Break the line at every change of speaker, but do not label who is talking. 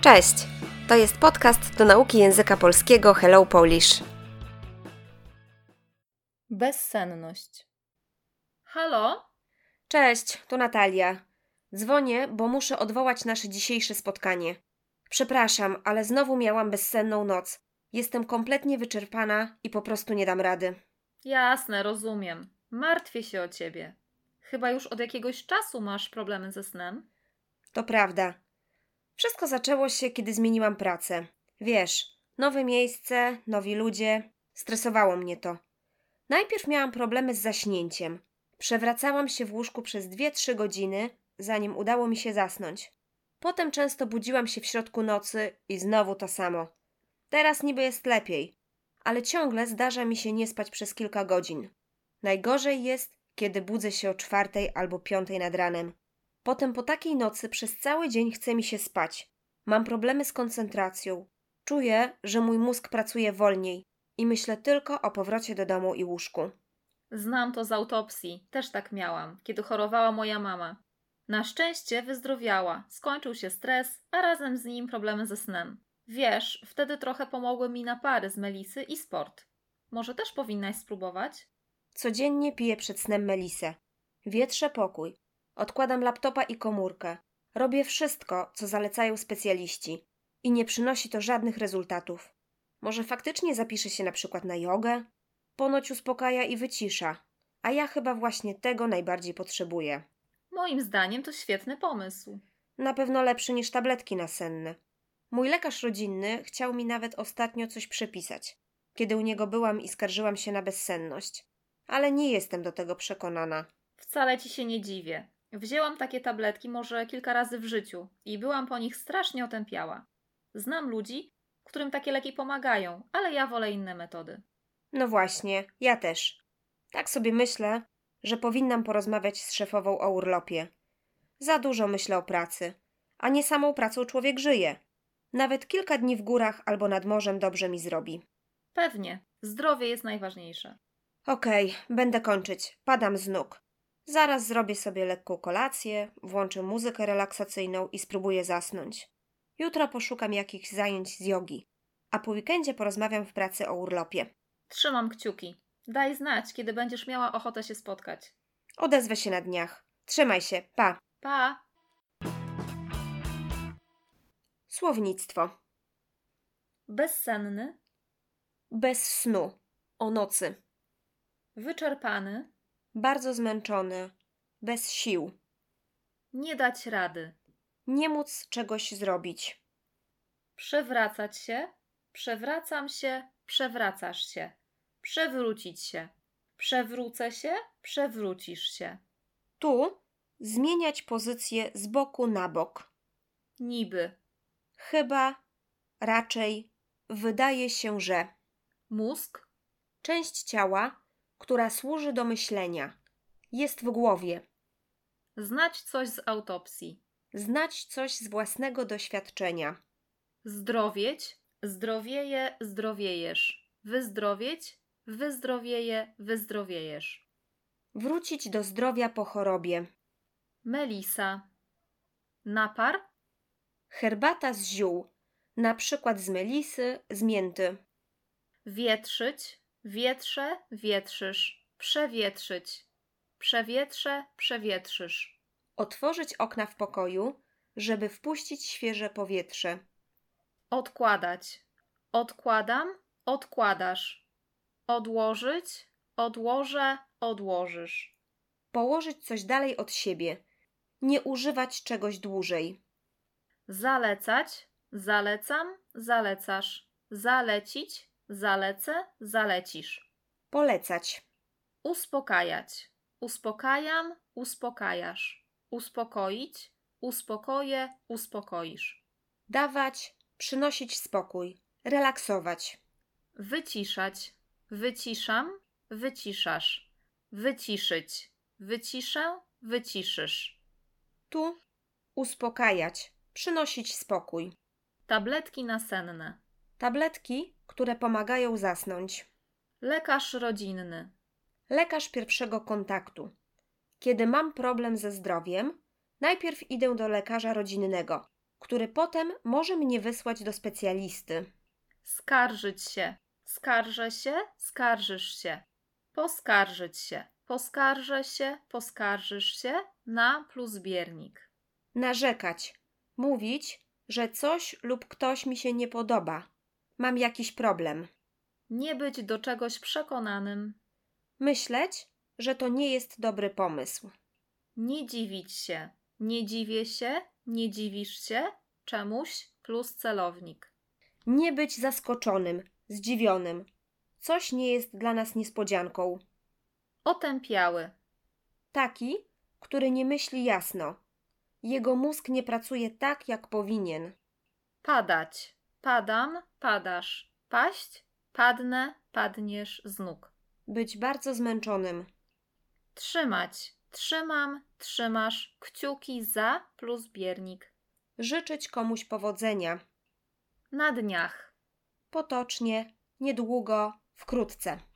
Cześć! To jest podcast do nauki języka polskiego Hello Polish.
Bezsenność. Halo?
Cześć, tu Natalia. Dzwonię, bo muszę odwołać nasze dzisiejsze spotkanie. Przepraszam, ale znowu miałam bezsenną noc. Jestem kompletnie wyczerpana i po prostu nie dam rady.
Jasne, rozumiem. Martwię się o ciebie. Chyba już od jakiegoś czasu masz problemy ze snem?
To prawda. Wszystko zaczęło się, kiedy zmieniłam pracę. Wiesz, nowe miejsce, nowi ludzie. Stresowało mnie to. Najpierw miałam problemy z zaśnięciem. Przewracałam się w łóżku przez 2-3 godziny, zanim udało mi się zasnąć. Potem często budziłam się w środku nocy i znowu to samo. Teraz niby jest lepiej, ale ciągle zdarza mi się nie spać przez kilka godzin. Najgorzej jest, kiedy budzę się o czwartej albo piątej nad ranem. Potem po takiej nocy przez cały dzień chce mi się spać. Mam problemy z koncentracją. Czuję, że mój mózg pracuje wolniej i myślę tylko o powrocie do domu i łóżku.
Znam to z autopsji. Też tak miałam, kiedy chorowała moja mama. Na szczęście wyzdrowiała, skończył się stres, a razem z nim problemy ze snem. Wiesz, wtedy trochę pomogły mi napary z melisy i sport. Może też powinnaś spróbować?
Codziennie piję przed snem melisę. Wietrzę pokój. Odkładam laptopa i komórkę. Robię wszystko, co zalecają specjaliści. I nie przynosi to żadnych rezultatów. Może faktycznie zapiszę się na przykład na jogę? Ponoć uspokaja i wycisza. A ja chyba właśnie tego najbardziej potrzebuję.
Moim zdaniem to świetny pomysł.
Na pewno lepszy niż tabletki nasenne. Mój lekarz rodzinny chciał mi nawet ostatnio coś przepisać, kiedy u niego byłam i skarżyłam się na bezsenność, ale nie jestem do tego przekonana.
Wcale ci się nie dziwię. Wzięłam takie tabletki może kilka razy w życiu i byłam po nich strasznie otępiała. Znam ludzi, którym takie leki pomagają, ale ja wolę inne metody.
No właśnie, ja też. Tak sobie myślę, że powinnam porozmawiać z szefową o urlopie. Za dużo myślę o pracy, a nie samą pracą człowiek żyje. Nawet kilka dni w górach albo nad morzem dobrze mi zrobi.
Pewnie, zdrowie jest najważniejsze.
Okej, będę kończyć. Padam z nóg. Zaraz zrobię sobie lekką kolację, włączę muzykę relaksacyjną i spróbuję zasnąć. Jutro poszukam jakichś zajęć z jogi, a po weekendzie porozmawiam w pracy o urlopie.
Trzymam kciuki. Daj znać, kiedy będziesz miała ochotę się spotkać.
Odezwę się na dniach. Trzymaj się, pa!
Pa!
Słownictwo.
Bezsenny,
Bez snu. O nocy.
wyczerpany,
Bardzo zmęczony. Bez sił.
nie dać rady,
Nie móc czegoś zrobić.
przewracać się, przewracam się, przewracasz się, przewrócić się, przewrócę się, przewrócisz się.
Tu zmieniać pozycję z boku na bok.
Niby.
Chyba, raczej, wydaje się, że.
Mózg,
Część ciała, która służy do myślenia. Jest w głowie.
znać coś z autopsji.
Znać coś z własnego doświadczenia.
Zdrowieć, zdrowieje, zdrowiejesz. Wyzdrowieć, wyzdrowieje, wyzdrowiejesz.
Wrócić do zdrowia po chorobie.
Melisa. Napar,
Herbata z ziół, na przykład z melisy, z mięty.
wietrzyć, wietrze, wietrzysz. Przewietrzyć, przewietrze, przewietrzysz.
Otworzyć okna w pokoju, żeby wpuścić świeże powietrze.
Odkładać. Odkładam, odkładasz. Odłożyć, odłożę, odłożysz.
Położyć coś dalej od siebie. Nie używać czegoś dłużej.
Zalecać, zalecam, zalecasz. Zalecić, zalecę, zalecisz.
Polecać.
Uspokajać, uspokajam, uspokajasz. Uspokoić, uspokoję, uspokoisz.
Dawać, przynosić spokój. Relaksować.
Wyciszać, wyciszam, wyciszasz. Wyciszyć, wyciszę, wyciszysz.
Tu uspokajać, przynosić spokój.
Tabletki nasenne.
Tabletki, które pomagają zasnąć.
Lekarz rodzinny.
Lekarz pierwszego kontaktu. Kiedy mam problem ze zdrowiem, najpierw idę do lekarza rodzinnego, który potem może mnie wysłać do specjalisty.
Skarżyć się. Skarżę się, skarżysz się. Poskarżyć się. Poskarżę się, poskarżysz się na plus biernik.
Narzekać. Mówić, że coś lub ktoś mi się nie podoba. Mam jakiś problem.
Nie być do czegoś przekonanym.
Myśleć, że to nie jest dobry pomysł.
Nie dziwić się. Nie dziwię się, nie dziwisz się czemuś plus celownik.
Nie być zaskoczonym, zdziwionym. Coś nie jest dla nas niespodzianką.
Otępiały.
Taki, który nie myśli jasno. Jego mózg nie pracuje tak, jak powinien.
Padać. Padam, padasz. Paść, padnę, padniesz z nóg.
Być bardzo zmęczonym.
Trzymać. Trzymam, trzymasz. Kciuki za plus biernik.
Życzyć komuś powodzenia.
Na dniach.
Potocznie, niedługo, wkrótce.